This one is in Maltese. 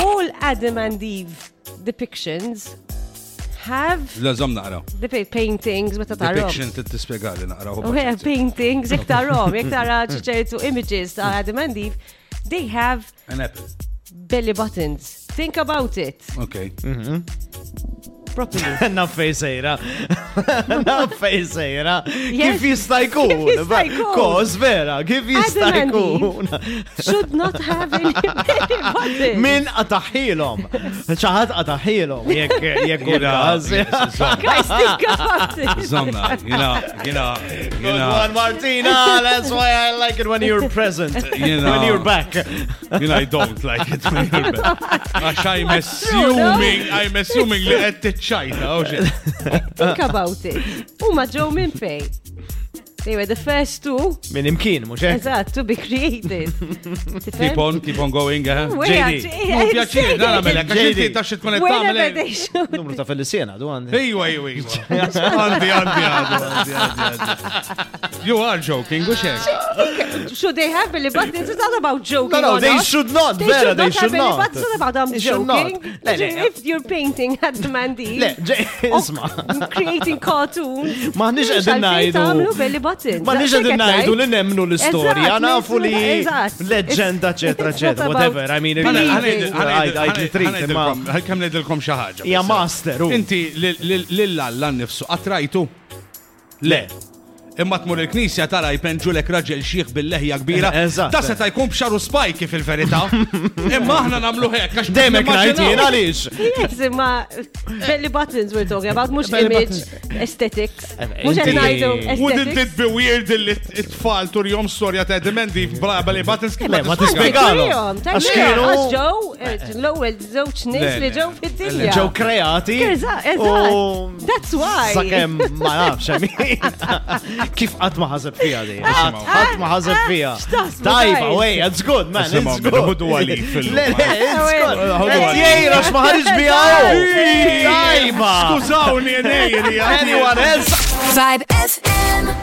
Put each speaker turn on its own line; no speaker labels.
all Adam and Eve depictions have
La zom naqra.
the pa- paintings meta
Depiction
tarhom.
t-tispiega li naqra.
Oh yeah, paintings, jek tarhom, jek tara xi ċertu images ta' Adam and Eve, they have
An apple.
belly buttons. Think about it
Okay.
Mm-hmm.
properly.
Naf fej sejra. Naf fej sejra.
Yes.
Kif jista' jkun?
Kif jista' jkun?
Kos vera, kif jista'
Adam and
jkun?
Should not have any belly buttons.
Min qataħilhom. Xaħat qataħilhom jekk jekk u għaz.
Guys, think about it.
Zom naqra. Jina, jina,
Good
jina.
one, Martina. That's why I like it when you're present.
You know.
When you're back.
Jina, I don't like it. when you're back. Għax I'm
true, no?
assuming, I'm assuming li għed t-ċajta. Oh shit.
Think about it. Huma ġew minn fej. They were the first two,
Min imkien, mhux hekk?
eżatt, to be created.
Keep on, keep on going. eh?
Where
JD.
actually-
Mu mela, pjaċir, dan għamelek, għax
JD.
inti ta' xit kunet
Where are they
għamelek.
should-
Numru ta' Feliciana, du għandi.
Ejwa, ejwa, ejwa. Għandi, għandi, għandi, għandi. You are joking, u xek.
Should they have belly buttons? It's not about joking.
No, no,
or
they
not.
should not,
They
Vera,
should not
they
have
should
belly
not.
buttons. It's not about I'm
They should not.
joking.
Le, le.
If you're painting at the Mandy.
Le, ġe-
or
isma.
Creating cartoons.
Maħniġ
mhux
għedin
għalfejn
najdu.
tagħmlu belly buttons.
Ma nix
That's
għedin
it,
najdu
right?
li nemnu l-istoria,
Eżatt,
nafu li
eżatt.
leġenda,
It's-
eccetera,
it's not
eccetera,
about
whatever. I mean,
Għana-
Believing.
għana jidil- għana jidil-
Għajt
għana-
li
għana
trit, ma.
jidilkom- Għal kem nedilkom xaħġa.
Ja
bissa.
master, hu.
Inti lil- lil- lill-alla nifsu, għatrajtu.
Le,
Imma tmur il-knisja tara jpenġu l raġel xieħ bil-leħja kbira.
Eżatt.
Ta' se ta' jkun bxaru spajki fil-verita. Imma aħna namlu hekk. għax
demek
nimmaġinaw.
najtin, għalix.
Yes, imma belly buttons we're talking about, mux
Belly
image,
buttons.
aesthetics.
Eh,
Mux
inti-
għed najdu
Wouldn't
aesthetics.
it be weird li t- it-tfal tur jom storja ta' Demendi braba li buttons kif
Le, ma tispiega- Regalo.
Tajjom,
Għax
tajjom,
kienu-
għax ġew, eh, l-ewel żewġ
Le,
nies li
le.
ġew fid-dinja.
Ġew kreati.
Eżatt, eżatt.
u-
That's why.
Sakem ma nafx, għamin. Kif qatt ma ħaseb fija di? Qatt qatt ma ħaseb fija.
x'taħsbu,
Tajba,
Ah, guys?
wej, it's good, man.
Nisimgħu
It's
minn
good.
Hudu Ali fil-lum.
Le, le, it's
Eh,
good.
Hudu
Et
Ali.
jgħira x'maħarġ bija. Tajba.
Skużawni, nej,
Anyone else?
Vibe FM.